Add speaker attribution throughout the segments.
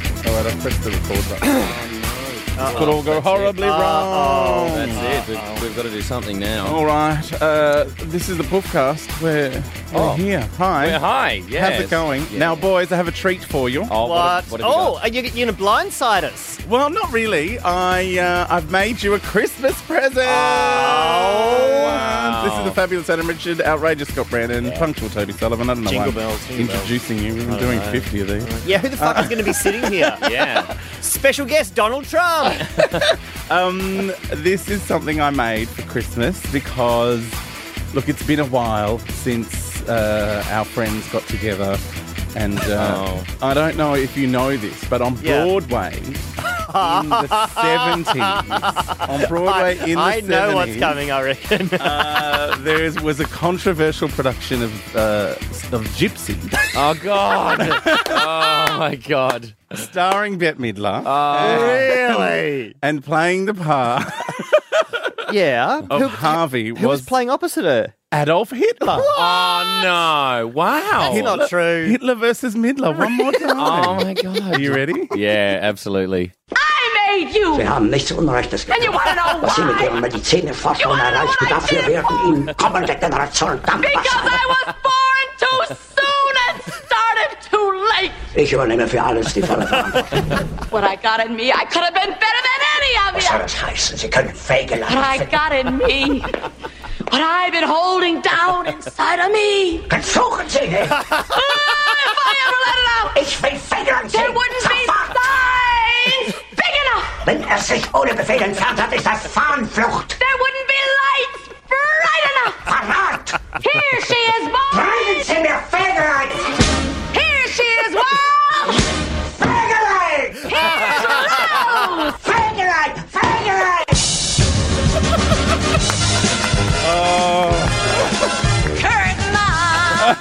Speaker 1: press the record button.
Speaker 2: Could all go horribly wrong.
Speaker 3: That's it. We've, we've got to do something now.
Speaker 2: All right. Uh, this is the Poofcast. We're, we're
Speaker 3: Oh.
Speaker 2: here. Hi.
Speaker 3: We're high. Yes.
Speaker 2: How's it going?
Speaker 3: Yeah.
Speaker 2: Now, boys, I have a treat for you.
Speaker 3: Oh,
Speaker 1: What?
Speaker 3: What, have- what have you
Speaker 1: oh,
Speaker 3: got?
Speaker 1: are you, you're going to blindside us?
Speaker 2: Well, not really. I uh, I've made you a Christmas present.
Speaker 3: Oh, wow.
Speaker 2: This is the fabulous Adam Richard, outrageous Scott Brandon, punctual Toby Sullivan. I don't know
Speaker 1: Jingle
Speaker 2: why I'm
Speaker 1: bells, jingle bells.
Speaker 2: introducing you. We've been doing fifty of these.
Speaker 1: Yeah, who the fuck is going to be sitting here?
Speaker 3: Yeah.
Speaker 1: Special guest Donald Trump.
Speaker 2: Um, this is something I made for Christmas because, look, it's been a while since uh, our friends got together. And uh, I don't know if you know this, but on
Speaker 1: Oh. Yeah.
Speaker 2: Broadway in the 70s, on Broadway in the
Speaker 1: I
Speaker 2: 70s,
Speaker 1: know what's coming, I reckon.
Speaker 2: Uh, there is, was a controversial production of uh, of Gypsy,
Speaker 3: Oh God. oh my God.
Speaker 2: starring Bette Midler
Speaker 1: really?
Speaker 2: and playing the part
Speaker 1: Yeah.
Speaker 2: of
Speaker 1: who,
Speaker 2: Harvey
Speaker 1: who was,
Speaker 2: was
Speaker 1: playing opposite her?
Speaker 2: Adolf Hitler.
Speaker 3: Oh no! Wow.
Speaker 1: It's not true.
Speaker 2: Hitler versus Midler one more
Speaker 3: Oh
Speaker 2: time.
Speaker 3: my God.
Speaker 2: Are you ready?
Speaker 3: Yeah, absolutely.
Speaker 4: I made you!
Speaker 5: Wir haben nichts Unrechtes
Speaker 4: And you
Speaker 5: getan.
Speaker 4: wanna know
Speaker 5: Was sie mit
Speaker 4: why?
Speaker 5: ihrer Medizinerforschung
Speaker 4: You wanna
Speaker 5: erreicht,
Speaker 4: know why I
Speaker 5: dafür
Speaker 4: did it?
Speaker 5: werden ihnen kommende Generationen dankbar
Speaker 4: Because
Speaker 5: sein.
Speaker 4: I was born too soon and started too late!
Speaker 5: Ich übernehme für alles die volle Verantwortung.
Speaker 4: What I got in me, I could have been better than any of
Speaker 5: Was
Speaker 4: you!
Speaker 5: soll das heißen? Sie können
Speaker 4: What
Speaker 5: Fegelein
Speaker 4: I
Speaker 5: finden,
Speaker 4: got in me, what I've been holding down inside of me,
Speaker 5: suchen Sie nicht.
Speaker 4: if I ever let it out,
Speaker 5: Ich will Fegelein sehen.
Speaker 4: there wouldn't be
Speaker 5: Sofort.
Speaker 4: signs big enough!
Speaker 5: Wenn er sich ohne Befehl entfernt hat, ist das Fahnenflucht.
Speaker 4: There wouldn't be lights bright enough!
Speaker 5: Verrat!
Speaker 4: Here she is,
Speaker 5: Bringen
Speaker 4: born!
Speaker 5: Sie mir Fegelein!
Speaker 4: Here she is, wild!
Speaker 5: Fegelein!
Speaker 4: Here's Rose!
Speaker 5: Fegelein! Fegelein!
Speaker 4: Curtain up!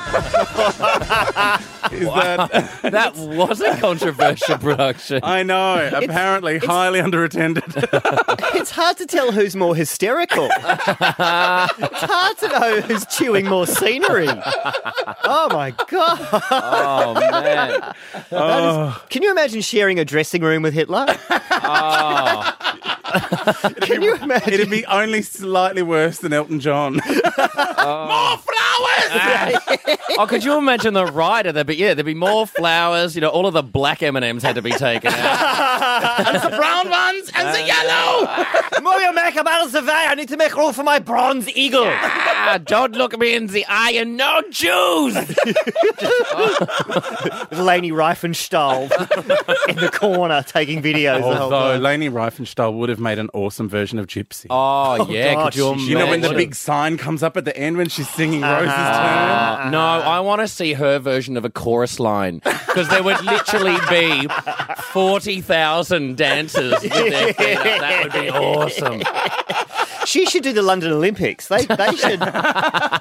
Speaker 2: Is that?
Speaker 3: That was a controversial production.
Speaker 2: I know. Apparently, highly underattended.
Speaker 1: It's hard to tell who's more hysterical. it's hard to know who's chewing more scenery. Oh my god!
Speaker 3: Oh man.
Speaker 2: Oh.
Speaker 1: Can you imagine sharing a dressing room with Hitler? Can you imagine?
Speaker 2: It'd be only slightly worse than Elton John.
Speaker 3: Oh, could you imagine the rider? There'd be yeah, there'd be more flowers. You know, all of the black M and M's had to be taken out.
Speaker 2: the brown ones and the yellow.
Speaker 1: Mario make a battle survey. I need to make room for my bronze eagle.
Speaker 3: Ah, don't look me in the eye and no Jews.
Speaker 1: Laney Riefenstahl in the corner taking videos. the whole
Speaker 2: Although
Speaker 1: time.
Speaker 2: Leni Riefenstahl would have made an awesome version of Gypsy.
Speaker 3: Oh, yeah,
Speaker 1: gosh.
Speaker 3: could you
Speaker 1: You
Speaker 3: imagine?
Speaker 2: you know when the big sign comes up at the end when she's singing Rose's Turn.
Speaker 3: Uh, no, I want to see her version of a chorus line because there would literally be 40,000 dancers. with their feet up. That would be awesome.
Speaker 1: she should do the London Olympics. They, they should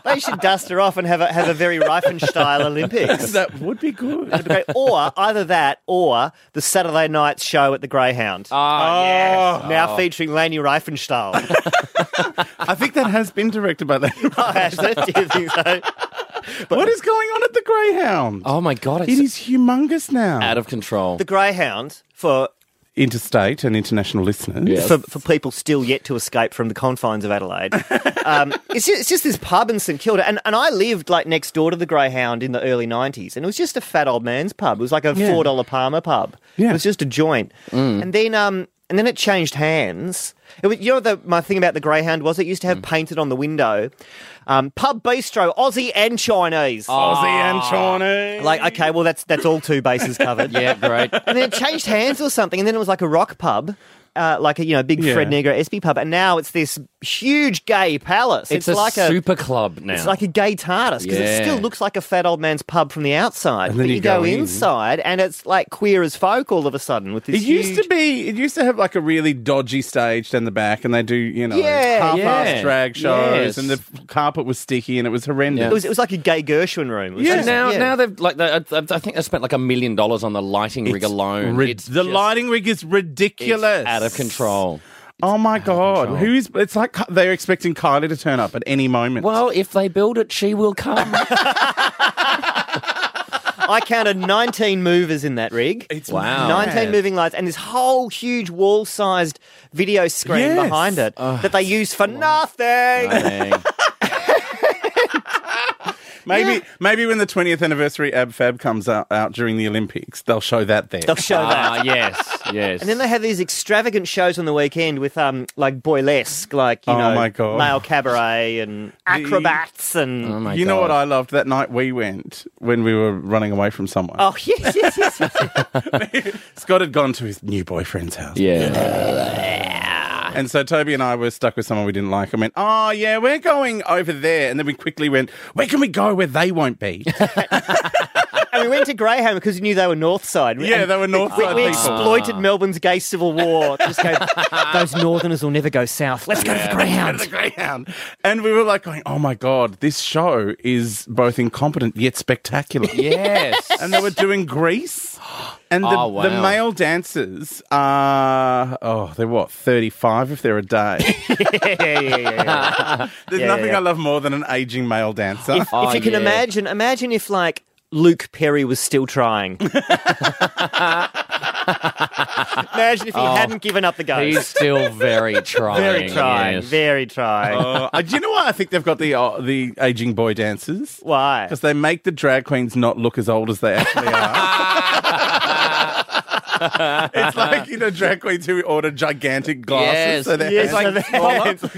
Speaker 1: they should dust her off and have a have a very Riefenstahl Olympics.
Speaker 2: That would be good.
Speaker 1: or either that, or the Saturday night show at the Greyhound.
Speaker 3: Oh, yes.
Speaker 1: now featuring Laney Riefenstahl.
Speaker 2: I think that has been directed by Leni. Riefenstahl.
Speaker 1: Ash, do you think so?
Speaker 2: what is going on at the Greyhound?
Speaker 3: Oh, my God. It's
Speaker 2: It is humongous now.
Speaker 3: out of control.
Speaker 1: The Greyhound for
Speaker 2: interstate and international listeners.
Speaker 3: Yes.
Speaker 1: for, for people still yet to escape from the confines of Adelaide. Um, it's, just, it's just this pub in St Kilda, and, and I lived like next door to the Greyhound in the early '90s, and it was just a fat old man's pub. It was like a
Speaker 2: Yeah.
Speaker 1: four dollar Palmer pub.
Speaker 2: Yeah. Mm.
Speaker 1: It was just a joint, and then um, and then it changed hands. It was, you know, the, my thing about the Greyhound was it used
Speaker 2: Mm.
Speaker 1: to have painted on the window, um, pub bistro, Aussie and Chinese.
Speaker 2: Aussie and Chinese.
Speaker 1: Like, okay, well, that's that's all two bases covered.
Speaker 3: yeah, great.
Speaker 1: and then it changed hands or something, and then it was like a rock pub. Uh, like a you know big
Speaker 2: Yeah.
Speaker 1: Fred Negro SB pub, and now it's this huge gay palace.
Speaker 3: It's,
Speaker 1: It's,
Speaker 3: a
Speaker 1: like a
Speaker 3: super club now.
Speaker 1: it's like a gay TARDIS because it
Speaker 3: Yeah.
Speaker 1: still looks like a fat old man's pub from the outside,
Speaker 2: And then
Speaker 1: but
Speaker 2: you
Speaker 1: you go,
Speaker 2: go in.
Speaker 1: inside and it's like queer as folk all of a sudden with this.
Speaker 2: It used
Speaker 1: huge-
Speaker 2: to be. It used to have like a really dodgy stage down the back, and they do you know
Speaker 1: Yeah,
Speaker 2: half-assed
Speaker 3: yeah.
Speaker 2: drag shows,
Speaker 3: Yes.
Speaker 2: and the f- carpet was sticky, and it was horrendous.
Speaker 1: It was, it was like a gay Gershwin room. It was
Speaker 2: Yeah.
Speaker 1: just-
Speaker 3: And now,
Speaker 1: yeah.
Speaker 3: now they've like they, I, I think they spent like a million dollars on the lighting rig alone.
Speaker 2: Rid-
Speaker 3: it's
Speaker 2: the
Speaker 3: just-
Speaker 2: lighting rig is
Speaker 3: it's
Speaker 2: ridiculous,
Speaker 3: out of control.
Speaker 2: Oh my god, who is? It's like Ki- they're expecting Kylie to turn up at any moment.
Speaker 3: Well, if they build it, she will come.
Speaker 1: I counted 19 movers in that rig.
Speaker 2: It's
Speaker 3: Wow.
Speaker 2: mad.
Speaker 1: 19 moving lights and this whole huge wall sized video screen
Speaker 2: Yes. Oh,
Speaker 1: behind it that they use for nothing.
Speaker 3: Dang.
Speaker 2: Maybe maybe when the 20th anniversary Ab Fab comes out, out during the Olympics, they'll show that there.
Speaker 1: They'll show that.
Speaker 3: Ah, yes, yes.
Speaker 1: And then they have these extravagant shows on the weekend with um like boylesque, like you
Speaker 2: Oh
Speaker 1: know,
Speaker 2: my God.
Speaker 1: male cabaret and acrobats and
Speaker 3: oh my
Speaker 2: you know what
Speaker 3: God.
Speaker 2: I loved that night we went when we were running away from someone.
Speaker 1: oh yes, yes, yes.
Speaker 2: Scott had gone to his new boyfriend's house.
Speaker 3: Yeah.
Speaker 2: And so Toby and I were stuck with someone we didn't like and went, Oh yeah, we're going over there and then we quickly went, Where can we go where they won't be?
Speaker 1: and we went to Greyhound because we knew they were North Side.
Speaker 2: yeah,
Speaker 1: And
Speaker 2: they were north
Speaker 1: we,
Speaker 2: side
Speaker 1: we
Speaker 2: people.
Speaker 1: exploited Melbourne's gay civil war. Just go, those Northerners will never go south. Let's go to the Greyhound.
Speaker 2: the Greyhound. And we were like going, oh my God, this show is both incompetent yet spectacular.
Speaker 3: Yes.
Speaker 2: And they were doing Grease. And the,
Speaker 3: Oh,
Speaker 2: the
Speaker 3: wow.
Speaker 2: male dancers are, oh, they're what, 35 if they're a day.
Speaker 1: yeah, yeah, yeah. yeah.
Speaker 2: There's
Speaker 1: Yeah,
Speaker 2: nothing
Speaker 1: yeah.
Speaker 2: I love more than an aging male dancer.
Speaker 1: if, if you can
Speaker 3: Oh, yeah.
Speaker 1: imagine, imagine if like Luke Perry was still trying. imagine if he hadn't given up the
Speaker 3: He's
Speaker 1: ghost.
Speaker 3: still very trying.
Speaker 1: Very trying,
Speaker 3: yes.
Speaker 1: very trying.
Speaker 2: Oh, uh, do you know why I think they've got the uh, the aging boy dancers?
Speaker 1: Why?
Speaker 2: Because they make the drag queens not look as old as they actually are. it's like, you know, drag queens who order gigantic glasses.
Speaker 3: Yes.
Speaker 2: So they're
Speaker 1: Yes, so
Speaker 2: like,
Speaker 1: they're-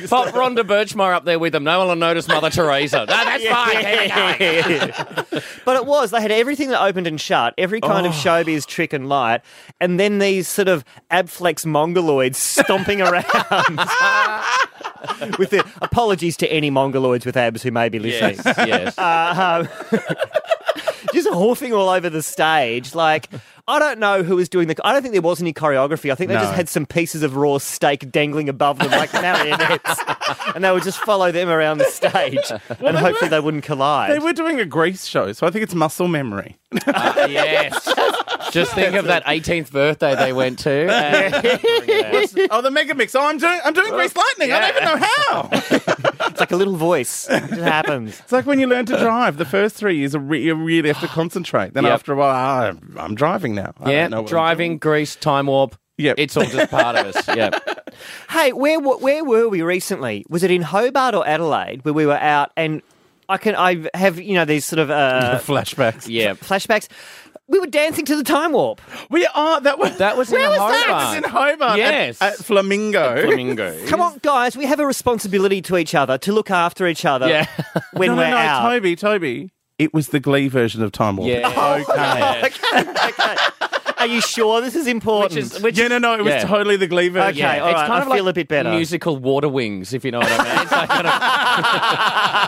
Speaker 2: swallow.
Speaker 3: Pop Rhonda Birchmore up there with them. No one will notice Mother Teresa. No, that's fine. Here we go.
Speaker 1: but it was. They had everything that opened and shut, every kind
Speaker 2: Oh.
Speaker 1: of showbiz trick and light, and then these sort of abflex mongoloids stomping around. with the apologies to any mongoloids with abs who may be listening.
Speaker 3: Yes, yes.
Speaker 1: Uh, just hoofing all over the stage. Like, I don't know who was doing the. I don't think there was any choreography. I think they
Speaker 2: No.
Speaker 1: just had some pieces of raw steak dangling above them like marionettes, and they would just follow them around the stage, and hopefully they wouldn't collide.
Speaker 2: They were doing a Grease show, so I think it's muscle memory.
Speaker 3: Uh, yes. Just think of that 18th birthday they went to. and-
Speaker 2: oh, the Mega Mix. Oh, I'm doing, I'm doing Grease Lightning. I don't even know how.
Speaker 1: It's like a little voice. It just happens.
Speaker 2: It's like when you learn to drive. The first three years, are re- you really have to concentrate. Then
Speaker 3: Yep.
Speaker 2: after a while, ah, I'm, I'm driving now. I
Speaker 3: yeah,
Speaker 2: don't know what I'm
Speaker 3: driving, Greece, time warp.
Speaker 2: Yep.
Speaker 3: It's all just part of us. Yeah.
Speaker 1: Hey, where w- where were we recently? Was it in Hobart or Adelaide where we were out and I can I have you know these sort of
Speaker 2: doing.
Speaker 1: uh,
Speaker 2: flashbacks.
Speaker 3: Yeah.
Speaker 1: flashbacks. We were dancing to the time warp.
Speaker 2: We are. That was
Speaker 3: That was in
Speaker 2: Where was that?
Speaker 3: Hobart.
Speaker 2: It was in Hobart.
Speaker 3: Yes.
Speaker 2: At, at Flamingo.
Speaker 3: Flamingo.
Speaker 1: Come on, guys, we have a responsibility to each other to look after each other
Speaker 3: Yeah.
Speaker 1: when
Speaker 2: no,
Speaker 1: we're
Speaker 2: no, no,
Speaker 1: out.
Speaker 2: Toby, Toby. It was the Glee version of Time Warp. Oh,
Speaker 3: Yeah.
Speaker 2: Okay.
Speaker 1: Are you sure this is important?
Speaker 3: Which is, which uh,
Speaker 2: yeah, no, no, it was
Speaker 3: Yeah.
Speaker 2: totally the Glee version.
Speaker 1: Okay, all right, I feel a bit better.
Speaker 3: musical water wings, if you know what I mean. It's like kind of,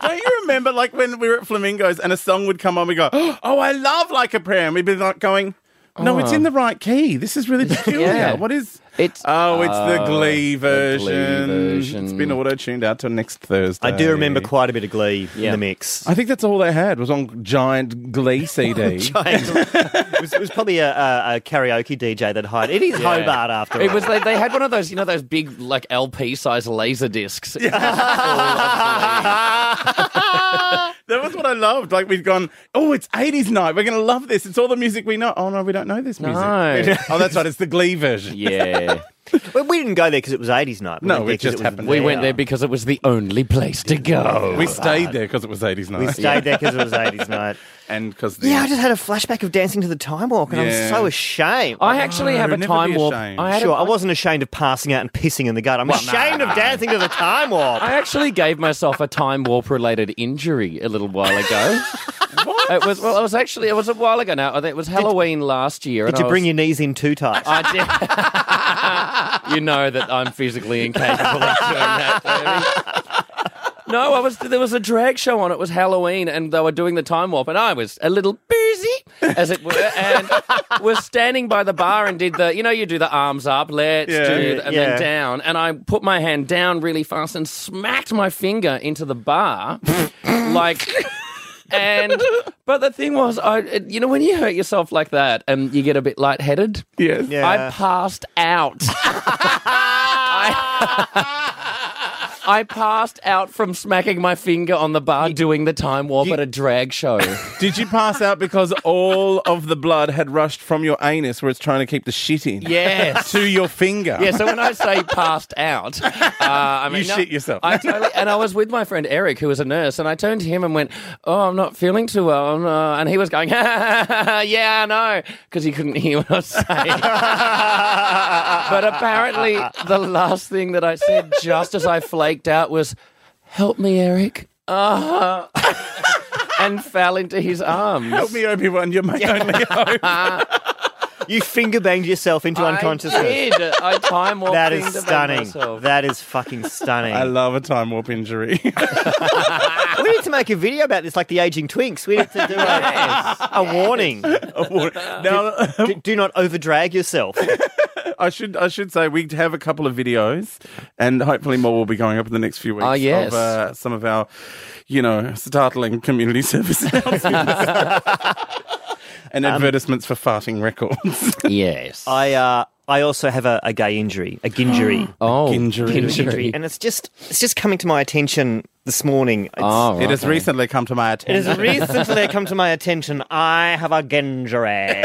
Speaker 2: Don't you remember, like, when we were at Flamingos and a song would come on, we go, oh, I love Like a Prayer. And we'd be like going, no, it's in the right key. This is really peculiar.
Speaker 3: Yeah.
Speaker 2: What is...
Speaker 3: it's
Speaker 1: uh,
Speaker 2: Oh, it's the Glee version.
Speaker 3: version.
Speaker 2: It's been auto-tuned out till next Thursday.
Speaker 1: I do remember quite a bit of Glee in
Speaker 3: Yeah.
Speaker 1: the mix.
Speaker 2: I think that's all they had was on giant Glee CD.
Speaker 1: it, was, it was probably a, a, a karaoke DJ that hired. It is
Speaker 3: Yeah.
Speaker 1: Hobart after
Speaker 3: It
Speaker 1: all.
Speaker 3: was they, they had one of those, you know, those big like LP size laser discs.
Speaker 2: That was what I loved. Like we'd gone, oh, it's eighties night. We're gonna love this. It's all the music we know. Oh no, we don't know this music.
Speaker 3: No.
Speaker 2: oh, that's right. It's the Glee version.
Speaker 3: yeah.
Speaker 1: Well, we didn't go there because it was 80s night.
Speaker 2: No,
Speaker 1: went there
Speaker 2: it
Speaker 1: 'cause
Speaker 2: just
Speaker 1: was
Speaker 2: happened.
Speaker 3: We went there because it was the only place to go.
Speaker 2: We stayed there because it was eighties
Speaker 1: We
Speaker 2: night,
Speaker 1: stayed there because it was 80s night.
Speaker 2: and because
Speaker 1: Yeah, I just had a flashback of dancing to the time walk and
Speaker 2: Yeah.
Speaker 1: I'm so ashamed.
Speaker 3: I actually have a
Speaker 2: never
Speaker 3: time
Speaker 2: be
Speaker 3: warp.
Speaker 2: ashamed.
Speaker 3: I had a-
Speaker 1: sure, I wasn't ashamed of passing out and pissing in the gut. I'm ashamed of dancing to the time warp.
Speaker 3: I actually gave myself a time warp related injury a little while ago. It was well, it was actually it was a while ago now. I think It was Halloween last year.
Speaker 1: Did
Speaker 3: and
Speaker 1: you
Speaker 3: I
Speaker 1: bring
Speaker 3: was-
Speaker 1: your knees in too tight?
Speaker 3: I did. you know that I'm physically incapable of doing that. Debbie. No, I was. There was a drag show on. It was Halloween, and they were doing the time warp, and I was a little boozy, as it were, and was standing by the bar and did the. You know, you do the arms up, let's
Speaker 2: Yeah.
Speaker 3: do, the, and
Speaker 1: Yeah.
Speaker 3: then down, and I put my hand down really fast and smacked my finger into the bar, like. And but the thing was, I you know when you hurt yourself like that and you get a bit lightheaded,
Speaker 2: Yes.
Speaker 1: Yeah.
Speaker 3: I passed out. I, I passed out from smacking my finger on the bar doing the time warp
Speaker 2: you-
Speaker 3: at a drag show.
Speaker 2: Did you pass out because all of the blood had rushed from your anus where it's trying to keep the shit in?
Speaker 3: yes.
Speaker 2: To your finger.
Speaker 3: Yeah, so when I say passed out, uh, I mean,
Speaker 2: You shit yourself.
Speaker 3: I totally, and I was with my friend Eric, who was a nurse, and I turned to him and went, "Oh, I'm not feeling too well," I'm, uh, and he was going, "Yeah, I know," because he couldn't hear what I was saying. but apparently, the last thing that I said, just as I flaked out, was, "Help me, Eric," uh, and fell into his arms.
Speaker 2: Help me, Obi Wan. You're my only hope.
Speaker 1: You finger banged yourself into
Speaker 3: I
Speaker 1: unconsciousness.
Speaker 3: did. I time warped.
Speaker 1: That is
Speaker 3: into
Speaker 1: stunning.
Speaker 3: myself.
Speaker 1: That is fucking stunning.
Speaker 2: I love a time warp injury.
Speaker 1: we need to make a video about this, like the aging twinks. We need to do a, a warning.
Speaker 2: now,
Speaker 1: Do, do not overdrag yourself.
Speaker 2: I should I should say we have a couple of videos, and hopefully more will be going up in the next few weeks.
Speaker 3: Ah, yes.
Speaker 2: of, uh, some of our, you know, startling community service announcements and
Speaker 1: Um,
Speaker 2: advertisements for farting records.
Speaker 3: Yes.
Speaker 1: I uh, I also have a, a gay injury, a gingery.
Speaker 3: oh,
Speaker 2: Gingery.
Speaker 1: injury, and it's just it's just coming to my attention this morning. It's,
Speaker 3: Oh,
Speaker 2: It has
Speaker 3: okay.
Speaker 2: recently come to my
Speaker 1: It
Speaker 2: attention.
Speaker 1: has recently come to my attention. I have a gingery.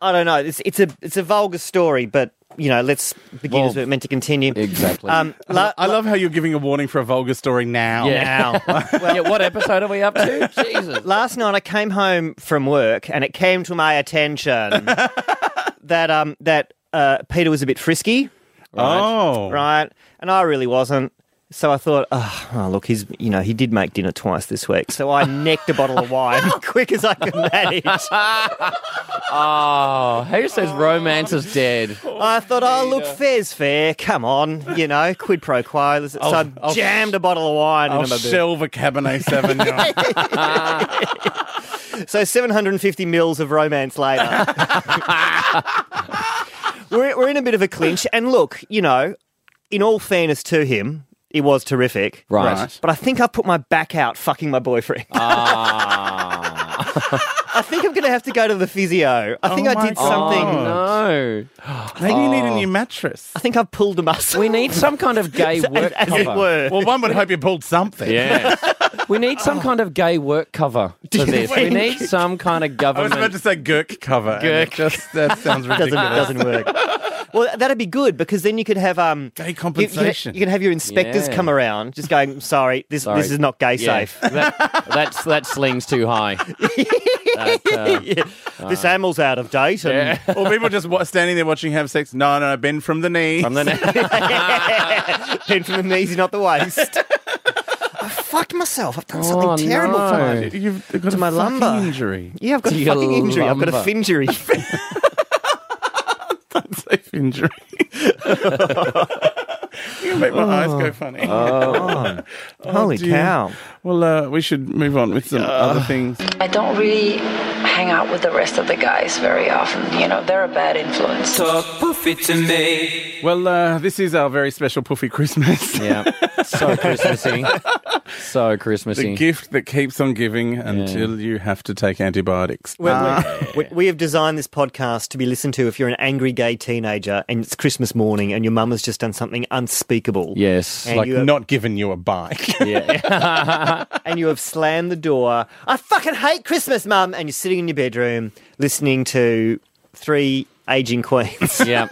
Speaker 1: I don't know. It's it's a it's a vulgar story, but you know, let's begin
Speaker 3: Well,
Speaker 1: as we're meant to continue.
Speaker 3: exactly.
Speaker 1: Um, la-
Speaker 2: I love how you're giving a warning for a vulgar story now.
Speaker 1: now.
Speaker 3: yeah, what episode are we up to? Jesus.
Speaker 1: Last night I came home from work and it came to my attention that um that uh, Peter was a bit frisky,
Speaker 2: Oh,
Speaker 1: right? And I really wasn't. So I thought, oh, oh, look, he's you know he did make dinner twice this week. So I necked a bottle of wine quick as I could manage.
Speaker 3: Oh, who says romance is dead?
Speaker 1: I thought, oh look, fair's fair. Come on, you know, quid pro quo. Let's- So I
Speaker 2: I'll-
Speaker 1: jammed a bottle of wine
Speaker 2: I'll
Speaker 1: in my boot.
Speaker 2: shelve a Cabernet Sauvignon.
Speaker 1: So 750 mils of romance later. we're, we're in a bit of a clinch. And look, you know, in all fairness to him, it was terrific.
Speaker 3: Right.
Speaker 2: Right.
Speaker 1: But I think I put my back out fucking my boyfriend.
Speaker 3: Ah.
Speaker 1: I think I'm going to have to go to the physio. I think
Speaker 2: Oh
Speaker 1: I did
Speaker 2: my
Speaker 1: something.
Speaker 2: God.
Speaker 3: No.
Speaker 2: Maybe you
Speaker 1: Oh.
Speaker 2: need a new mattress.
Speaker 1: I think I've pulled a muscle.
Speaker 3: We need some kind of gay
Speaker 1: as,
Speaker 3: work
Speaker 1: as
Speaker 3: cover.
Speaker 1: it were.
Speaker 2: Well, one would hope you pulled something.
Speaker 3: Yes. We need some kind of gay work cover to this. We need some kind of
Speaker 2: I was
Speaker 3: government.
Speaker 2: about to say Girk cover. and it
Speaker 3: Gurk.
Speaker 2: Just, that sounds ridiculous.
Speaker 1: doesn't, doesn't work. Well, that'd be good because then you could have um
Speaker 2: Gay
Speaker 1: you- you could-
Speaker 2: compensation.
Speaker 1: You, can have your inspectors
Speaker 3: Yeah.
Speaker 1: come around, just going, "Sorry, this
Speaker 3: Sorry.
Speaker 1: this is not gay
Speaker 3: Yeah,
Speaker 1: safe.
Speaker 3: That, that's, that sling's too high. That, uh,
Speaker 1: Yeah. This animal's out of date." And,
Speaker 3: yeah.
Speaker 2: or people just wa- standing there watching have sex. No, no, no, bend from the knee.
Speaker 3: From the ne-
Speaker 1: Pinned from the knees, not the waist. I fucked myself. I've done something
Speaker 3: Oh,
Speaker 1: terrible
Speaker 3: no.
Speaker 1: for my.
Speaker 2: You've got
Speaker 1: To
Speaker 2: a
Speaker 1: my
Speaker 2: fucking
Speaker 1: lumbar.
Speaker 2: injury.
Speaker 1: Yeah, I've got
Speaker 3: To
Speaker 1: a
Speaker 3: your
Speaker 1: fucking injury. I've got a
Speaker 3: lumbar.
Speaker 1: finjury.
Speaker 2: Safe injury. you make my eyes go funny.
Speaker 1: Oh.
Speaker 2: Oh.
Speaker 1: Holy
Speaker 2: dear.
Speaker 1: cow!
Speaker 2: Well, uh, we should move on with some other things.
Speaker 6: I don't really hang out with the rest of the guys very often. You know, they're a bad influence.
Speaker 7: Talk poofy to me.
Speaker 2: Well, uh, this is our very special Puffy Christmas.
Speaker 3: yeah. So Christmassy. So
Speaker 2: The
Speaker 3: Christmassy.
Speaker 2: gift that keeps on giving until you have to take antibiotics. Uh,
Speaker 1: We-
Speaker 3: Uh,
Speaker 1: we, we have designed this podcast to be listened to if you're an angry gay teenager and it's Christmas morning and your mum has just done something unspeakable.
Speaker 3: Yes.
Speaker 1: And
Speaker 2: like
Speaker 1: you have-
Speaker 2: not giving you a bike.
Speaker 3: yeah.
Speaker 1: and you have slammed the door. I fucking hate Christmas, mum. And you're sitting in your bedroom listening to three aging queens
Speaker 3: yeah.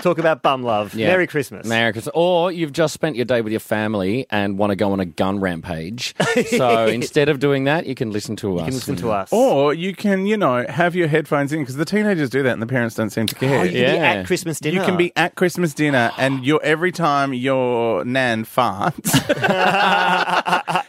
Speaker 1: talk about bum love.
Speaker 3: Yeah.
Speaker 1: Merry Christmas.
Speaker 3: Merry Christmas. Or you've just spent your day with your family and want to go on a gun rampage. So instead of doing that, you can listen to us.
Speaker 1: You can listen to us.
Speaker 2: Or you can, you know, have your headphones in because the teenagers do that and the parents don't seem to care.
Speaker 1: Oh, you can be
Speaker 3: Yeah.
Speaker 1: at Christmas dinner.
Speaker 2: You can be at Christmas dinner and you're every time your nan farts,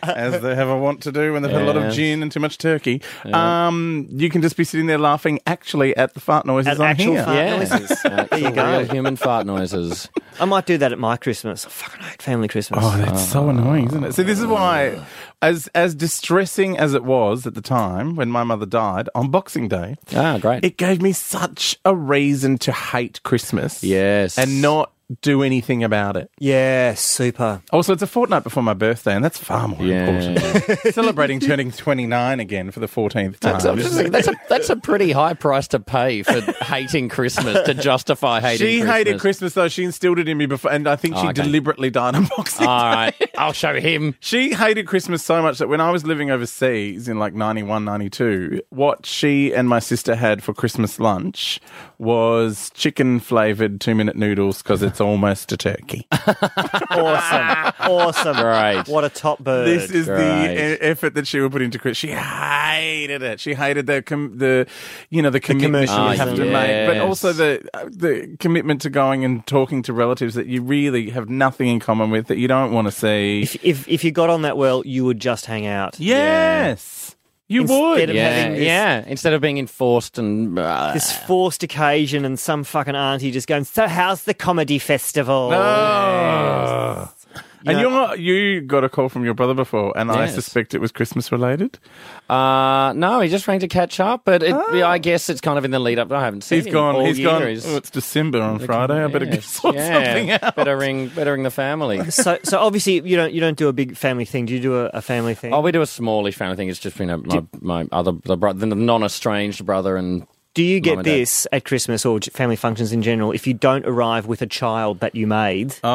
Speaker 2: as they have a want to do when they've had a lot of
Speaker 3: Yes.
Speaker 2: gin and too much turkey. Um, you can just be sitting there laughing actually at the fart noises
Speaker 1: At
Speaker 2: on
Speaker 1: actual
Speaker 2: here.
Speaker 1: fart-
Speaker 3: yeah.
Speaker 1: noises.
Speaker 3: Actual
Speaker 1: you go.
Speaker 3: Real human fart noises.
Speaker 1: I might do that at my Christmas. I fucking hate family Christmas.
Speaker 2: Oh, that's
Speaker 3: Ah.
Speaker 2: so annoying, isn't it? So this is why, as as distressing as it was at the time when my mother died on Boxing Day,
Speaker 3: Ah, great.
Speaker 2: it gave me such a reason to hate Christmas.
Speaker 3: Yes.
Speaker 2: and not
Speaker 8: do anything about it.
Speaker 1: Yeah, super.
Speaker 2: Also, Oh, it's a fortnight before my birthday, and that's far more important. Celebrating turning 29 again for the 14th time.
Speaker 3: So I'm just thinking, that's, a, that's a pretty high price to pay for hating Christmas to justify hating
Speaker 2: she
Speaker 3: Christmas. Oh,
Speaker 2: hated Christmas, though. She instilled it in me before, and I think she
Speaker 3: okay. Oh.
Speaker 2: deliberately died on Boxing
Speaker 3: All right, I'll show him.
Speaker 2: She hated Christmas so much that when I was living overseas in like 91, 92, what she and my sister had for Christmas lunch was chicken flavored two minute noodles because it's almost a turkey.
Speaker 1: Awesome. awesome.
Speaker 3: Great.
Speaker 1: What a top bird.
Speaker 2: this is
Speaker 3: Right.
Speaker 2: the e- effort that she would put into Christmas. She hated it. She hated the, com- the you know, the commitment you
Speaker 1: commercialism.
Speaker 2: have to
Speaker 3: Ah,
Speaker 2: make, but
Speaker 3: yes.
Speaker 2: also the, the commitment to going and talking to relatives that you really have nothing in common with that you don't want to see.
Speaker 1: if, if, if you got on that well, you would just hang out.
Speaker 2: Yes. You
Speaker 1: Instead
Speaker 2: would.
Speaker 1: of
Speaker 3: Yeah,
Speaker 1: having this-
Speaker 3: yeah. Instead of being enforced and uh,
Speaker 1: This forced occasion and some fucking auntie just going, So how's the comedy festival?
Speaker 2: Oh. And
Speaker 1: You
Speaker 2: you're, you got a call from your brother before, and I
Speaker 3: Yes.
Speaker 2: suspect it was Christmas related.
Speaker 3: Uh, no, he just rang to catch up, but it, I guess it's kind of in the lead up. I haven't seen
Speaker 2: Oh. He's
Speaker 3: him
Speaker 2: gone.
Speaker 3: all
Speaker 2: He's
Speaker 3: year.
Speaker 2: gone.
Speaker 3: He's-
Speaker 2: Oh, it's December on Friday. I better go
Speaker 3: Yes,
Speaker 2: sort
Speaker 3: yeah.
Speaker 2: something out.
Speaker 3: Better ring, better ring the family.
Speaker 1: So, so obviously you don't you don't do a big family thing. Do you do a, a family thing?
Speaker 3: Oh, we do a smallish family thing. It's just been a, my, my other the, bro- the non-estranged brother and
Speaker 1: do you
Speaker 3: Mum
Speaker 1: get
Speaker 3: and Dad.
Speaker 1: this at Christmas or j- family functions in general? If you don't arrive with a child that you made,
Speaker 2: Oh,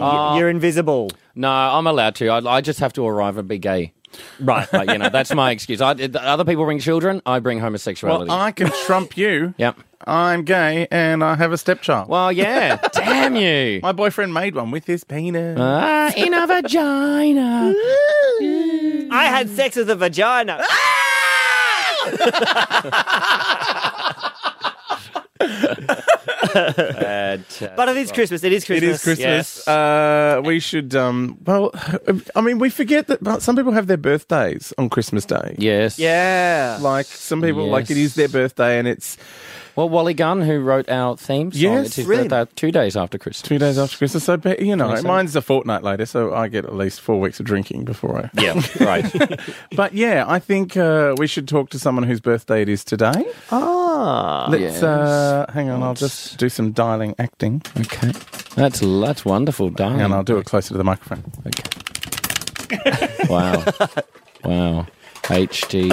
Speaker 1: y- you're invisible.
Speaker 3: no, I'm allowed to. I, I just have to arrive and be gay.
Speaker 1: Right.
Speaker 3: Like, you know, that's my excuse. I, the other people bring children. I bring homosexuality.
Speaker 2: well, I can trump you.
Speaker 3: Yep.
Speaker 2: I'm gay and I have a stepchild.
Speaker 3: Well, yeah. Damn you.
Speaker 2: My boyfriend made one with his penis.
Speaker 3: Ah, in a vagina.
Speaker 1: I had sex with a vagina. But it is Christmas. It is
Speaker 2: It
Speaker 1: Christmas.
Speaker 2: is Christmas. Uh, we should. Um, well, I mean, we forget that but some people have their birthdays on Christmas Day.
Speaker 3: yes.
Speaker 1: Yeah.
Speaker 2: Like some people, like it
Speaker 3: Yes.
Speaker 2: is their birthday, and it's
Speaker 3: Well, Wally Gunn, who wrote our theme song,
Speaker 2: Yes,
Speaker 3: it's his
Speaker 1: really.
Speaker 3: birthday two days after Christmas.
Speaker 2: Two days after Christmas, so be- you know,
Speaker 3: 27th.
Speaker 2: mine's a fortnight later, so I get at least four weeks of drinking before I.
Speaker 3: Yeah, right.
Speaker 2: But yeah, I think uh, we should talk to someone whose birthday it is today.
Speaker 1: Ah.
Speaker 2: Let's
Speaker 3: Oh, yes.
Speaker 2: uh, hang on. I'll just do some dialing acting,
Speaker 3: okay, that's that's wonderful, darling.
Speaker 2: and I'll do it closer to the microphone.
Speaker 3: Okay. wow, wow, HD.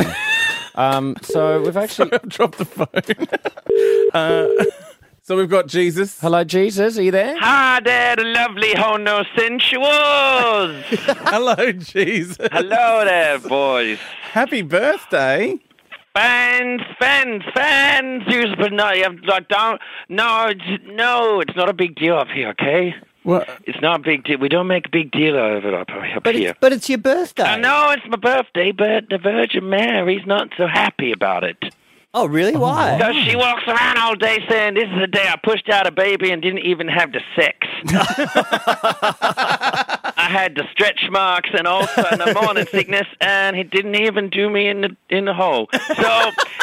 Speaker 3: Um, so we've actually
Speaker 2: Drop the phone. uh, so we've got Jesus.
Speaker 3: hello, Jesus, are you there?
Speaker 9: Ah, there, lovely honosensuals.
Speaker 2: Hello, Jesus.
Speaker 9: Hello there, boys.
Speaker 2: Happy birthday.
Speaker 9: Fans, fans, fans. You but no, you have not down. No, it's, no, it's not a big deal up here. Okay,
Speaker 2: Well,
Speaker 9: it's not a big deal. We don't make a big deal out of it up, up
Speaker 1: But
Speaker 9: here.
Speaker 1: it's, but it's your birthday.
Speaker 9: I know it's my birthday, but the Virgin Mary's not so happy about it.
Speaker 1: Oh, really? Why?
Speaker 9: So she walks around all day saying, "This is the day I pushed out a baby and didn't even have the sex." I had the stretch marks and also the morning sickness, and it didn't even do me in the in the hole. So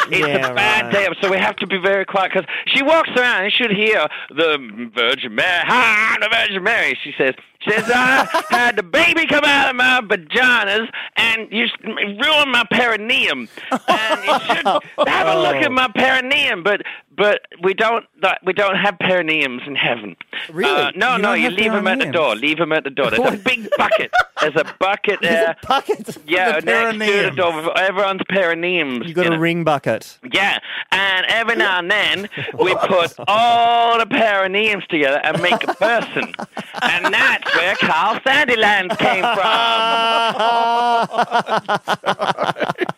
Speaker 9: it's
Speaker 1: Yeah,
Speaker 9: a bad
Speaker 1: right.
Speaker 9: day. So we have to be very quiet because she walks around and should hear the Virgin Mary. Hi, the Virgin Mary. She says. She says, I had the baby come out of my vaginas and you s- ruined my perineum. And you should have a look
Speaker 2: Oh.
Speaker 9: at my perineum, but but we don't like, we don't have perineums in heaven.
Speaker 1: Really?
Speaker 9: Uh, no,
Speaker 2: You
Speaker 9: no,
Speaker 2: don't
Speaker 9: you
Speaker 2: have
Speaker 9: leave them at the
Speaker 2: perineums?
Speaker 9: door. Leave them at the door. There's a big bucket. There's a bucket there.
Speaker 1: Bucket.
Speaker 9: Yeah,
Speaker 2: the
Speaker 9: next to the
Speaker 2: perineums.
Speaker 9: door with everyone's perineums.
Speaker 1: You got
Speaker 9: in
Speaker 1: a
Speaker 9: it.
Speaker 1: ring bucket.
Speaker 9: Yeah, and every now and then we put all the perineums together and make a person, and that's where Carl Sandilands came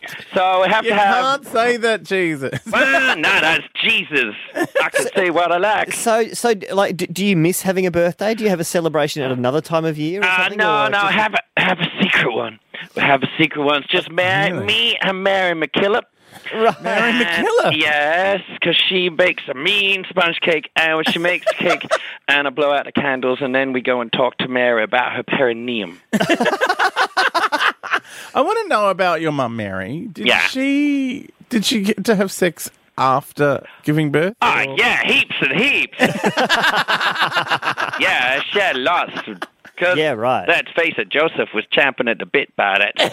Speaker 9: from. so we have
Speaker 2: you
Speaker 9: to have.
Speaker 2: can't say that, Jesus.
Speaker 9: Um, Well, no, that's Jesus. I can say what I like.
Speaker 1: So, so like, do, do you miss having a birthday? Do you have a celebration at another time of year? Or
Speaker 9: Uh,
Speaker 1: something,
Speaker 9: no,
Speaker 1: or
Speaker 9: no,
Speaker 1: just-
Speaker 9: have a have a secret one. Have a secret one. It's just Mary,
Speaker 2: Oh, Really?
Speaker 9: me and Mary McKillop. Mary
Speaker 2: MacKillop?
Speaker 9: Yes, because she bakes a mean sponge cake, and when she makes the cake, and I blow out the candles, and then we go and talk to Mary about her perineum.
Speaker 1: Oh.
Speaker 2: I want to know about your mum, Mary. Did
Speaker 9: Yeah.
Speaker 2: she did she get to have sex after giving birth?
Speaker 9: Ah, yeah, heaps and heaps. yeah, she had lots. 'Cause
Speaker 1: Yeah, right.
Speaker 9: Let's face it, Joseph was champing at the bit by that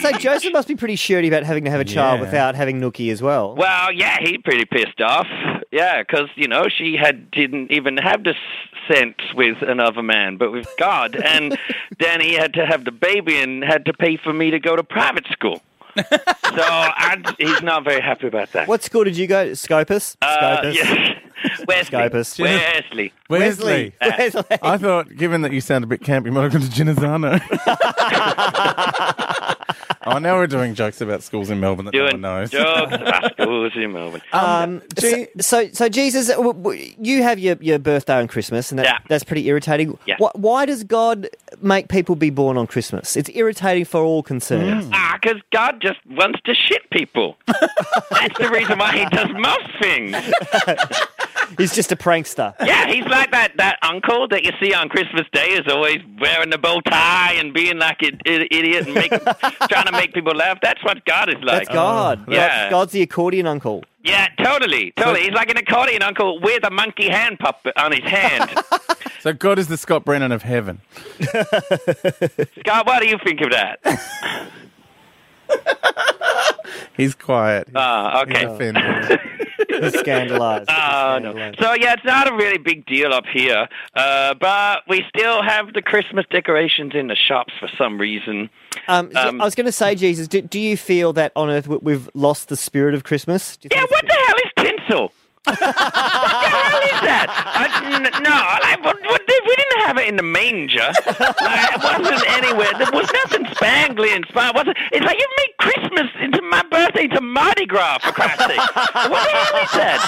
Speaker 1: So Joseph must be pretty shirty about having to have a child
Speaker 2: Yeah.
Speaker 1: without having Nookie as well.
Speaker 9: Well, yeah, he's pretty pissed off. Yeah, because you know she had didn't even have the sense with another man, but with God. And Danny had to have the baby and had to pay for me to go to private school. so I, he's not very happy about that.
Speaker 1: What school did you go? Scopus.
Speaker 9: Uh,
Speaker 1: Scopus.
Speaker 9: yes. Wesley.
Speaker 1: Scopus.
Speaker 9: Wesley.
Speaker 1: Wesley. Wesley.
Speaker 2: I thought, given that you sound a bit camp, you might have gone to Genazzano. oh, now we're doing jokes about schools in Melbourne that
Speaker 9: Doing
Speaker 2: no one knows.
Speaker 9: jokes about schools in Melbourne.
Speaker 1: Oh, Um, so, so, so Jesus, uh, w- w- you have your, your birthday on Christmas, and that,
Speaker 9: Yeah.
Speaker 1: that's pretty irritating.
Speaker 9: Yeah.
Speaker 1: Why, why does God make people be born on Christmas? It's irritating for all concerned.
Speaker 9: Ah, 'cause God just wants to shit people. That's the reason why he does most things. Mm.
Speaker 1: He's just a prankster.
Speaker 9: Yeah, he's like that, that uncle that you see on Christmas Day is always wearing the bow tie and being like an i- idiot and make, trying to make people laugh. That's what God is like.
Speaker 1: That's God.
Speaker 9: Oh, yeah.
Speaker 1: God- God's the accordion uncle.
Speaker 9: Yeah, totally, totally. He's like an accordion uncle with a monkey hand puppet on his hand.
Speaker 2: So God is the Scott Brennan of heaven.
Speaker 9: God, what do you think of that?
Speaker 2: He's quiet.
Speaker 9: Ah,
Speaker 2: He's
Speaker 9: okay.
Speaker 2: offended.
Speaker 1: He's scandalized.
Speaker 9: Oh, no. So, yeah, it's not a really big deal up here, uh, but we still have the Christmas decorations in the shops for some reason.
Speaker 1: Um, so
Speaker 9: Um,
Speaker 1: I was going to say, Jesus, do, do you feel that on earth we- we've lost the spirit of Christmas? Do you
Speaker 9: Yeah,
Speaker 1: think-
Speaker 9: what the hell is tinsel? what the hell is that? I, n- no, like, what, what, we didn't have it in the manger. Like, it wasn't anywhere. There was nothing spangly and spa. Wasn't, it's like you made Christmas into my birthday into Mardi Gras, for Christ's sake. What the hell is that?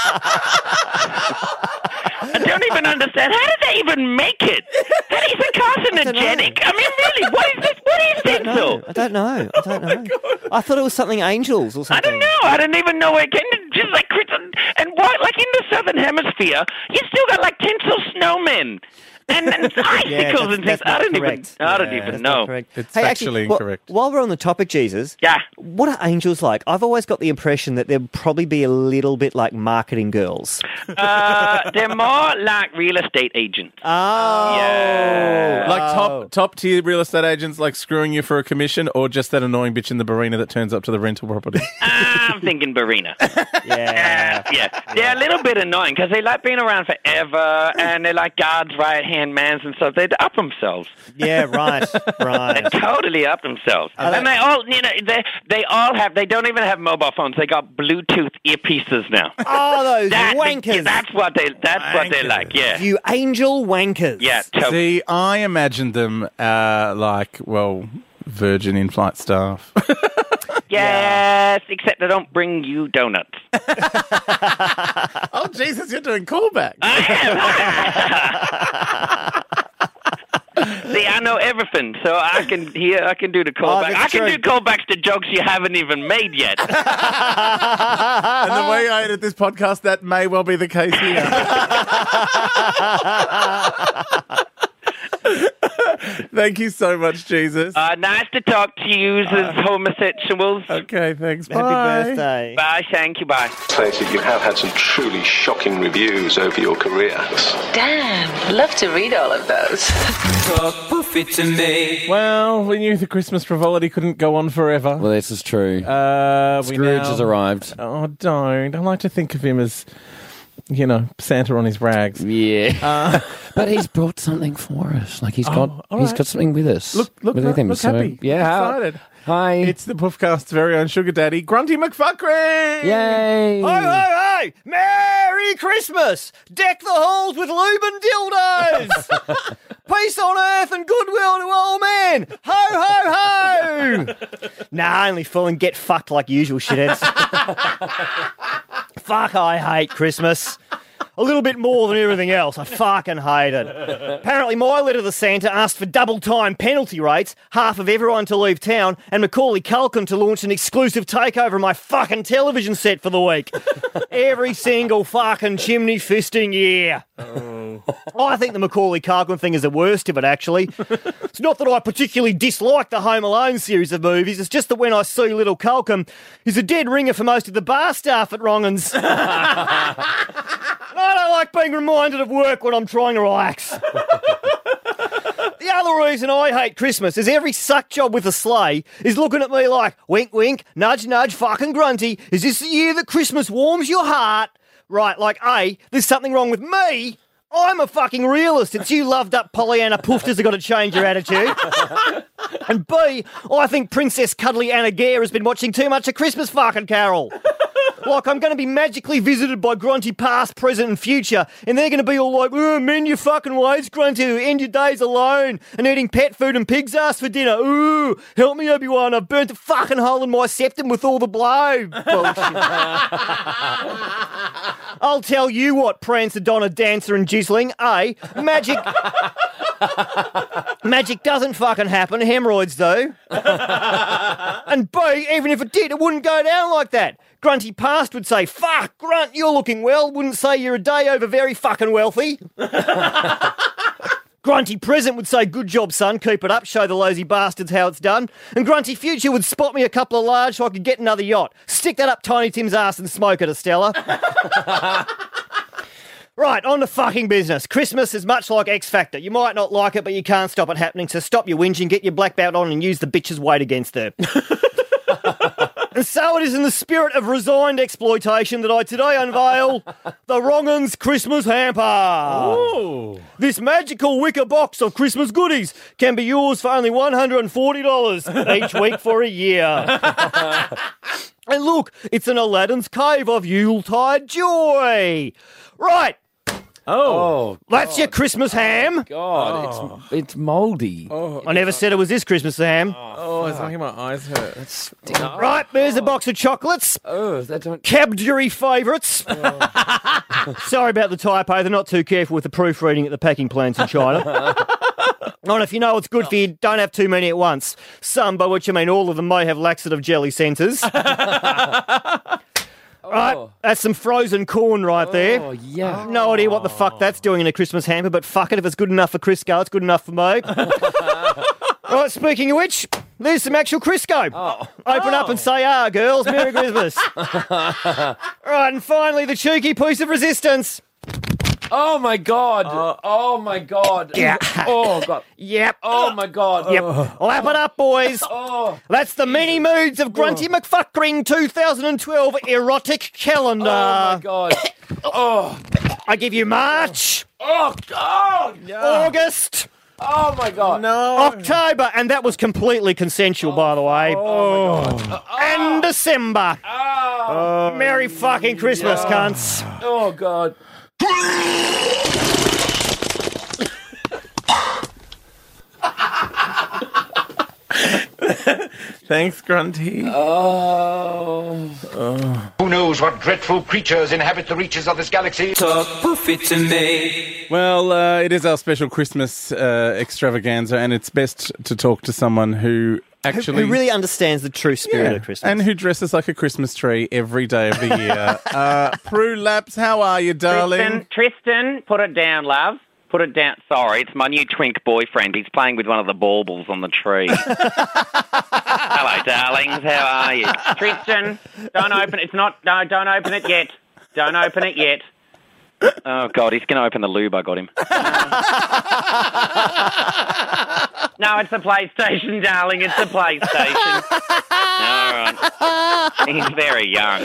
Speaker 9: I don't even understand. How did they even make it? That is it carcinogenic? I mean, really, what is this? What is tinsel?
Speaker 1: No, I don't know. I don't know. I thought it was something angels or something.
Speaker 9: Oh, I don't know. I don't even know where it came. Just like Chris- and what, like in the southern hemisphere, you still got like tinsel snowmen and, and
Speaker 1: that's-
Speaker 9: icicles and things.
Speaker 1: that's
Speaker 9: I
Speaker 1: not
Speaker 9: don't even.
Speaker 1: correct.
Speaker 9: I don't
Speaker 2: Yeah.
Speaker 9: even
Speaker 1: That's not
Speaker 9: know.
Speaker 1: correct.
Speaker 2: It's
Speaker 1: Hey,
Speaker 2: factually
Speaker 1: wh-
Speaker 2: incorrect.
Speaker 1: While we're on the topic, Jesus,
Speaker 9: Yeah.
Speaker 1: what are angels like? I've always got the impression that they'll probably be a little bit like marketing girls.
Speaker 9: Uh, they're more like real estate agents.
Speaker 1: Oh,
Speaker 9: yeah.
Speaker 2: like top top tier real estate agents, like screwing you for a commission, or just that annoying bitch in the barina that turns up to the rental property.
Speaker 9: I'm thinking Barina. Uh,
Speaker 1: yeah.
Speaker 9: yeah, they're a little bit annoying because they like being around forever, and they're like God's right hand mans and stuff. They up themselves.
Speaker 1: Yeah, right, right.
Speaker 9: They totally up themselves, and they all, you know, they they all have. They don't even have mobile phones. They got Bluetooth earpieces now.
Speaker 1: Oh, those
Speaker 9: That-
Speaker 1: wankers.
Speaker 9: That's what they. That's what they
Speaker 2: Wankers.
Speaker 9: like. Yeah.
Speaker 1: you angel wankers.
Speaker 9: Yeah. To-
Speaker 2: See, I imagined them uh, like well, Virgin in-flight staff.
Speaker 9: yes. Except they don't bring you donuts.
Speaker 2: oh Jesus, you're doing callback.
Speaker 9: See, I know everything, so I can hear. I can do the callback.
Speaker 1: Oh, that's
Speaker 9: I can
Speaker 1: true.
Speaker 9: do callbacks to jokes you haven't even made yet.
Speaker 2: And the way I edit this podcast, that may well be the case here. Thank you so much, Jesus.
Speaker 9: uh, nice to talk to you, as
Speaker 1: Uh,
Speaker 9: homosexuals.
Speaker 2: okay, thanks.
Speaker 1: Happy
Speaker 2: Bye.
Speaker 1: birthday.
Speaker 9: Bye. Thank you. Bye.
Speaker 8: Plated, you have had some truly shocking reviews over your career.
Speaker 6: Damn, love to read all of those.
Speaker 7: Talk poofy to me.
Speaker 2: Well, we knew the Christmas frivolity couldn't go on forever.
Speaker 3: Well, this is true.
Speaker 2: Uh, we
Speaker 3: Scrooge
Speaker 2: now-
Speaker 3: has arrived.
Speaker 2: Oh, don't. I like to think of him as, you know, Santa on his rags.
Speaker 3: Yeah, but he's brought something for us. Like he's got,
Speaker 2: uh, Oh, all
Speaker 3: he's
Speaker 2: right.
Speaker 3: got something with us.
Speaker 2: Look, look,
Speaker 3: with
Speaker 2: look,
Speaker 3: him,
Speaker 2: look
Speaker 3: so-
Speaker 2: happy.
Speaker 3: Yeah,
Speaker 2: excited.
Speaker 3: hi.
Speaker 2: It's the Puffcast's very own sugar daddy, Grunty McFuckery.
Speaker 3: Yay!
Speaker 1: Ho, ho, ho! Merry Christmas! Deck the halls with lube and dildos! Peace on earth and goodwill to all men! Ho, ho, ho! nah, only fooling. Get fucked like usual, shitheads. Fuck, I hate Christmas. A little bit more than everything else. I fucking hate it. Apparently, my letter to Santa asked for double time penalty rates, half of everyone to leave town, and Macaulay Culkin to launch an exclusive takeover of my fucking television set for the week. Every single fucking chimney fisting year. Oh, I think the Macaulay Culkin thing is the worst of it, actually. it's not that I particularly dislike the Home Alone series of movies, it's just that when I see little Culkin, he's a dead ringer for most of the bar staff at Wrongens. I don't like being reminded of work when I'm trying to relax. The other reason I hate Christmas is every suck job with a sleigh is looking at me like, wink, wink, nudge, nudge, fucking grunty. Is this the year that Christmas warms your heart? right, like, A, there's something wrong with me. I'm a fucking realist. It's you loved up Pollyanna poofters have got to change your attitude. and B, I think Princess Cuddly Anna Gare has been watching too much of Christmas fucking Carol. Like, I'm going to be magically visited by Grunty past, present, and future, and they're going to be all like, Ooh, mend your fucking ways, Grunty, end your days alone, and eating pet food and pig's ass for dinner. Ooh, help me, Obi-Wan, I've burnt a fucking hole in my septum with all the blow. Bullshit. I'll tell you what, Prancer, Donna, Dancer, and Jizzling. A, magic. magic doesn't fucking happen, hemorrhoids do. and B, even if it did, it wouldn't go down like that. Grunty Past would say, fuck, Grunt, you're looking well. Wouldn't say you're a day over very fucking wealthy. Grunty Present would say, Good job, son, keep it up, show the lazy bastards how it's done. And Grunty Future would spot me a couple of large so I could get another yacht. Stick that up Tiny Tim's ass and smoke it, Estella. Right, on to fucking business. Christmas is much like X Factor. You might not like it, but you can't stop it happening, so stop your whinging, get your black belt on, and use the bitch's weight against her. and so it is in the spirit of resigned exploitation that I today unveil the Wrongin's Christmas Hamper. This magical wicker box of Christmas goodies can be yours for only $140 each week for a year. and look, it's an Aladdin's Cave of Yuletide Joy. Right,
Speaker 3: Oh,
Speaker 1: that's your Christmas ham.
Speaker 3: God, it's it's mouldy.
Speaker 1: I never said it was this Christmas ham.
Speaker 2: Oh, it's making my eyes hurt.
Speaker 1: Right, there's a box of chocolates.
Speaker 3: Oh, that don't. Oh.
Speaker 1: Cabjury favourites. Sorry about the typo. They're not too careful with the proofreading at the packing plants in China. And if you know what's good for you,
Speaker 3: Oh.
Speaker 1: don't have too many at once. Some, by which I mean all of them, may have laxative jelly centres. Right, that's some frozen corn right there.
Speaker 3: Oh, yeah.
Speaker 1: No idea what the fuck that's doing in a Christmas hamper, but fuck it, if it's good enough for Crisco, it's good enough for me. right, speaking of which, there's some actual Crisco.
Speaker 3: Oh.
Speaker 1: Open up and say, ah, girls, Merry Christmas. right, and finally, the cheeky piece of resistance.
Speaker 3: Oh my god.
Speaker 2: Uh,
Speaker 3: oh my god.
Speaker 1: Yeah.
Speaker 3: Oh god.
Speaker 1: Yep.
Speaker 3: Oh my god.
Speaker 1: Yep. Lap it up, boys.
Speaker 3: Oh.
Speaker 1: That's the many moods of Grunty McFuckering 2012 erotic calendar.
Speaker 3: Oh my god. Oh.
Speaker 1: I give you March,
Speaker 3: Oh god.
Speaker 1: August,
Speaker 3: Oh my god.
Speaker 2: No.
Speaker 1: October, and that was completely consensual, by the way.
Speaker 3: Oh
Speaker 1: Oh. And December. Merry fucking Christmas, cunts.
Speaker 3: Oh god.
Speaker 2: Thanks, Grunty.
Speaker 3: Oh.
Speaker 10: Who knows what dreadful creatures inhabit the reaches of this galaxy?
Speaker 7: Talk profit to me.
Speaker 2: Well, uh, it is our special Christmas uh, extravaganza, and it's best to talk to someone who actually
Speaker 1: Who really understands the true spirit
Speaker 2: Yeah,
Speaker 1: of Christmas?
Speaker 2: and who dresses like a Christmas tree every day of the year. uh, Prue Laps, how are you, darling?
Speaker 9: Tristan, Tristan, put it down, love. Put it down. Sorry, it's my new twink boyfriend. He's playing with one of the baubles on the tree. Hello, darlings. How are you? Tristan, don't open it. It's not. No, don't open it yet. Don't open it yet. Oh, God, he's going to open the lube. I got him. no, it's the PlayStation, darling. It's the PlayStation. All right. He's very young.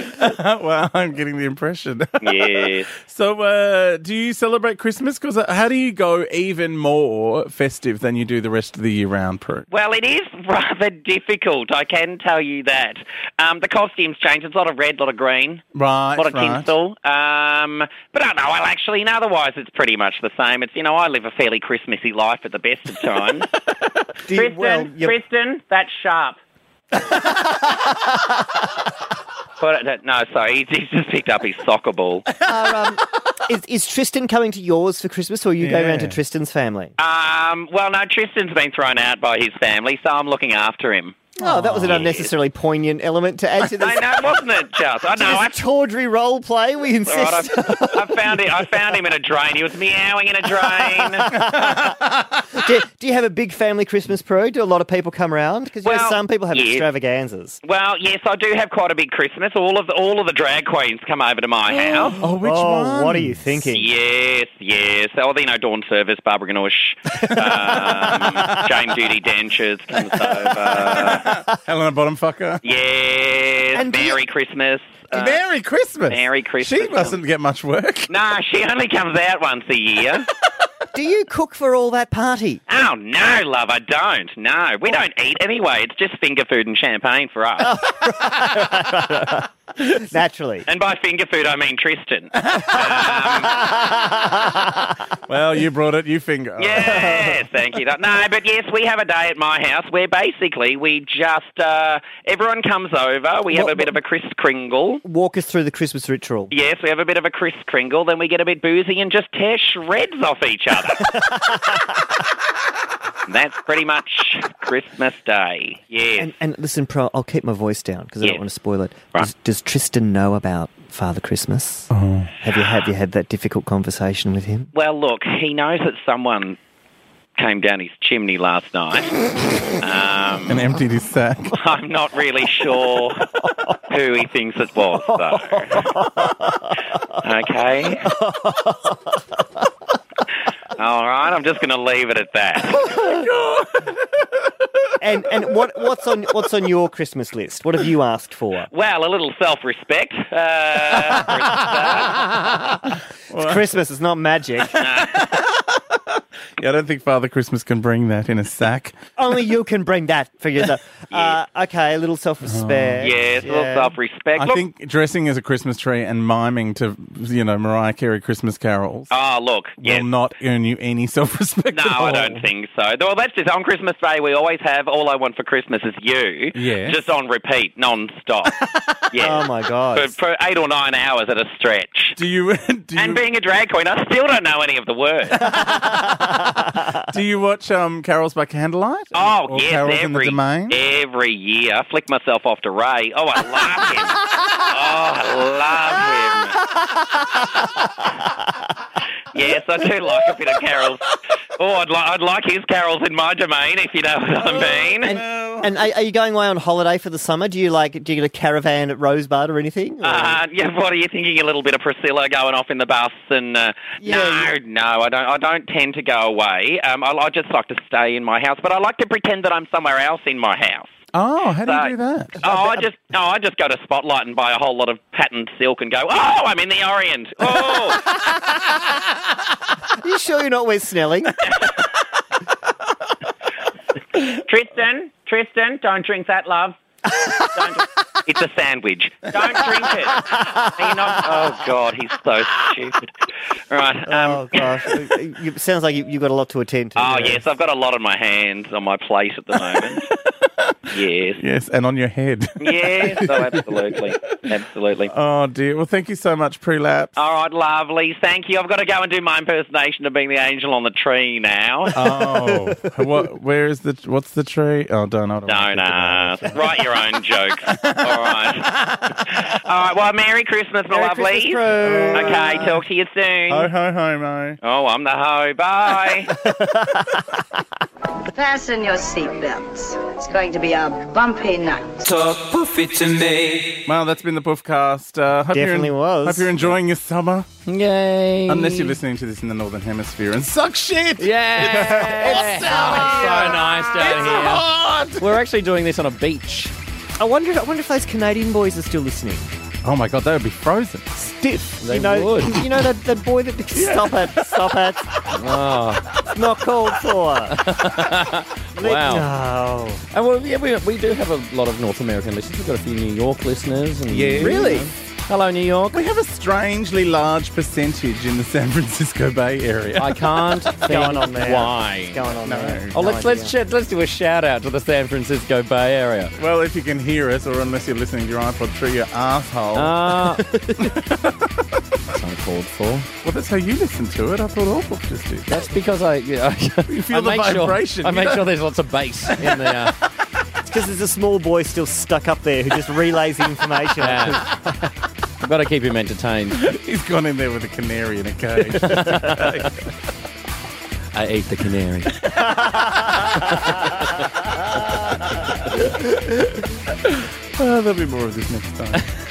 Speaker 2: well, I'm getting the impression.
Speaker 9: Yes.
Speaker 2: so, uh, do you celebrate Christmas? Because how do you go even more festive than you do the rest of the year round, Prue?
Speaker 9: Well, it is rather difficult, I can tell you that. Um, the costumes change. It's a lot of red, a lot of green,
Speaker 2: Right,
Speaker 9: a lot of
Speaker 2: right.
Speaker 9: tinsel. Um, but I don't know, well, actually, and otherwise it's pretty much the same. It's, you know, I live a fairly Christmassy life at the best of times.
Speaker 1: Do you-
Speaker 9: Tristan,
Speaker 1: well, you-
Speaker 9: Tristan, that's sharp. But, uh, no, sorry, he's, he's just picked up his soccer ball.
Speaker 1: are, um, is, is Tristan coming to yours for Christmas, or you go round to
Speaker 2: Yeah.
Speaker 1: Tristan's family?
Speaker 9: Um, well, no, Tristan's been thrown out by his family, so I'm looking after him.
Speaker 1: oh, that was an unnecessarily poignant element to add to
Speaker 9: I
Speaker 1: this,
Speaker 9: know, wasn't it, Charles? I know, I
Speaker 1: this tawdry role play. We
Speaker 9: All right,
Speaker 1: insist.
Speaker 9: I, I found it. I found him in a drain. He was meowing in a drain.
Speaker 1: do, do you have a big family Christmas pro? Do a lot of people come round? Because
Speaker 9: Well,
Speaker 1: some people have
Speaker 9: yeah.
Speaker 1: extravaganzas.
Speaker 9: Well, yes, I do have quite a big Christmas. All of the, all of the drag queens come over to my house.
Speaker 2: Oh, which
Speaker 1: oh,
Speaker 2: one?
Speaker 1: what are you thinking?
Speaker 9: Yes, yes. Oh, you know, Dawn Service, Barbara Ganoush, um, Jane Judy Denchers comes over.
Speaker 2: Helena Bottomfucker.
Speaker 9: Yes, Christmas.
Speaker 2: And do you-
Speaker 9: Merry Christmas. Uh,
Speaker 2: Merry Christmas.
Speaker 9: Merry Christmas.
Speaker 2: She mustn't get much work.
Speaker 9: Nah, she only comes out once a year.
Speaker 1: Do you cook for all that party?
Speaker 9: oh, no, love, I don't. No, we don't eat anyway. It's just finger food and champagne for us.
Speaker 2: Oh.
Speaker 1: Naturally.
Speaker 9: and by finger food, I mean Tristan.
Speaker 2: Well, you brought it. You finger.
Speaker 9: Yes, thank you. No, but yes, we have a day at my house where basically we just uh, everyone comes over. We have
Speaker 1: What-
Speaker 9: a bit of a Kris Kringle.
Speaker 1: Walk us through the Christmas ritual.
Speaker 9: Yes, we have a bit of a Kris Kringle. Then we get a bit boozy and just tear shreds off each other. That's pretty much Christmas Day. Yes.
Speaker 1: And, and listen, Pro, I'll keep my voice down because I
Speaker 9: Yes.
Speaker 1: don't want to spoil it.
Speaker 9: Right.
Speaker 1: Does, does Tristan know about Father Christmas? Oh. Have you have you had that difficult conversation with him?
Speaker 9: Well, look, he knows that someone came down his chimney last night.
Speaker 2: And emptied his sack.
Speaker 9: I'm not really sure who he thinks it was, though. Okay. All right, I'm just going to leave it at that.
Speaker 1: And and what what's on what's on your Christmas list? What have you asked for?
Speaker 9: Well, a little self-respect. Uh, for a start.
Speaker 1: It's Christmas. It's not magic.
Speaker 2: Yeah, I don't think Father Christmas can bring that in a sack.
Speaker 1: Only you can bring that for yourself. uh, okay, a little self-respect.
Speaker 9: yes, a little
Speaker 1: Yeah.
Speaker 9: self-respect.
Speaker 2: I
Speaker 9: Look,
Speaker 2: think dressing as a Christmas tree and miming to, you know, Mariah Carey Christmas carols
Speaker 9: oh, look, yes.
Speaker 2: will not earn you any self respect.
Speaker 9: No,
Speaker 2: at all.
Speaker 9: I don't think so. Well, that's just on Christmas Day. We always have "All I Want for Christmas Is You,"
Speaker 2: Yes.
Speaker 9: just on repeat, non-stop. yeah,
Speaker 1: Oh my
Speaker 9: for,
Speaker 1: god.
Speaker 9: for eight or nine hours at a stretch.
Speaker 2: Do you do you,
Speaker 9: And being a drag queen, I still don't know any of the words.
Speaker 2: do you watch um, carols by candlelight?
Speaker 9: Oh,
Speaker 2: or
Speaker 9: yes,
Speaker 2: carols
Speaker 9: every
Speaker 2: in the domain.
Speaker 9: every year. I flick myself off to Ray. Oh, I love him. oh, I love him. yes, I do like a bit of carols. Oh, I'd, li- I'd like his carols in my domain, if you know what I mean.
Speaker 1: And,
Speaker 2: Oh,
Speaker 1: and are, are you going away on holiday for the summer? Do you like do you get a caravan at Rosebud or anything? Or-
Speaker 9: Uh, yeah, what are you thinking? A little bit of Priscilla going off in the bus, and uh,
Speaker 1: Yeah,
Speaker 9: no,
Speaker 1: yeah.
Speaker 9: no, I don't. I don't tend to go away. Um, I, I just like to stay in my house, but I like to pretend that I'm somewhere else in my house.
Speaker 2: Oh, how do
Speaker 9: So-
Speaker 2: you do that?
Speaker 9: Oh, I just, oh, I just go to Spotlight and buy a whole lot of patterned silk and go. Oh, I'm in the Orient. Oh,
Speaker 1: Are you sure you're not Wes Snelling?
Speaker 9: Um, Tristan, Tristan, don't drink that, love. Don't drink- It's a sandwich. Don't drink it. Are you not- Oh God, he's so stupid. Right. Um,
Speaker 1: oh gosh, it sounds like you, you've got a lot to attend to.
Speaker 9: Oh
Speaker 1: Yeah.
Speaker 9: yes, I've got a lot on my hands on my plate at the moment. yes,
Speaker 2: Yes, and on your head.
Speaker 9: yes, oh, absolutely, absolutely.
Speaker 2: oh dear. Well, thank you so much, prelapse.
Speaker 9: All right, lovely. Thank you. I've got to go and do my impersonation of being the angel on the tree now.
Speaker 2: Oh, what? Where is the? What's the tree? Oh, don't. I don't
Speaker 9: no,
Speaker 2: wanna think about
Speaker 9: no. Write your own jokes. All right. All right. Well, Merry Christmas, my
Speaker 1: Merry
Speaker 9: lovelies.
Speaker 1: Christmas, Oh. Prue.
Speaker 9: okay. Talk to you soon.
Speaker 2: it. Ho ho homo.
Speaker 9: Oh, I'm the hoe. Bye.
Speaker 11: Fasten your seatbelts. It's going to be a bumpy night.
Speaker 7: Talk poofy to me.
Speaker 2: Well, that's been the Poofcast. Uh, hope
Speaker 1: Definitely
Speaker 2: you're
Speaker 1: was.
Speaker 2: Hope you're enjoying your summer.
Speaker 3: Yay.
Speaker 2: Unless you're listening to this in the Northern Hemisphere and suck shit.
Speaker 3: Yeah. it's so, nice down here. We're actually doing this on a beach.
Speaker 1: I wonder. I wonder if those Canadian boys are still listening.
Speaker 2: Oh my god, they would be frozen.
Speaker 1: Stiff.
Speaker 3: They
Speaker 1: you know,
Speaker 3: would.
Speaker 1: You know that the boy that stop it, stop it. It's not called for. wow. No.
Speaker 3: And well, yeah, we, we do have a lot of North American listeners. We've got a few New York listeners. And
Speaker 2: Yeah. Really?
Speaker 3: Hello, New York.
Speaker 2: We have a strangely large percentage in the San Francisco Bay Area.
Speaker 3: I can't think
Speaker 1: Going on there.
Speaker 3: why.
Speaker 1: What's going on
Speaker 2: No.
Speaker 1: there?
Speaker 3: Oh, let's
Speaker 1: No
Speaker 3: let's,
Speaker 1: idea.
Speaker 3: sh- let's do a shout out to the San Francisco Bay Area.
Speaker 2: well, if you can hear us, or unless you're listening to your iPod through your asshole.
Speaker 3: Ah, uncalled for.
Speaker 2: well, that's how you listen to it. I thought all books just do.
Speaker 3: That's because I. Yeah, I
Speaker 2: You feel
Speaker 3: I
Speaker 2: the
Speaker 3: make sure-
Speaker 2: vibration.
Speaker 3: I make sure there's lots of bass in there.
Speaker 1: It's because there's a small boy still stuck up there who just relays the information.
Speaker 3: Yeah. I've got to keep him entertained.
Speaker 2: He's gone in there with a canary in a cage.
Speaker 3: I ate uh, the canary.
Speaker 2: oh, there'll be Ah, more of this next time.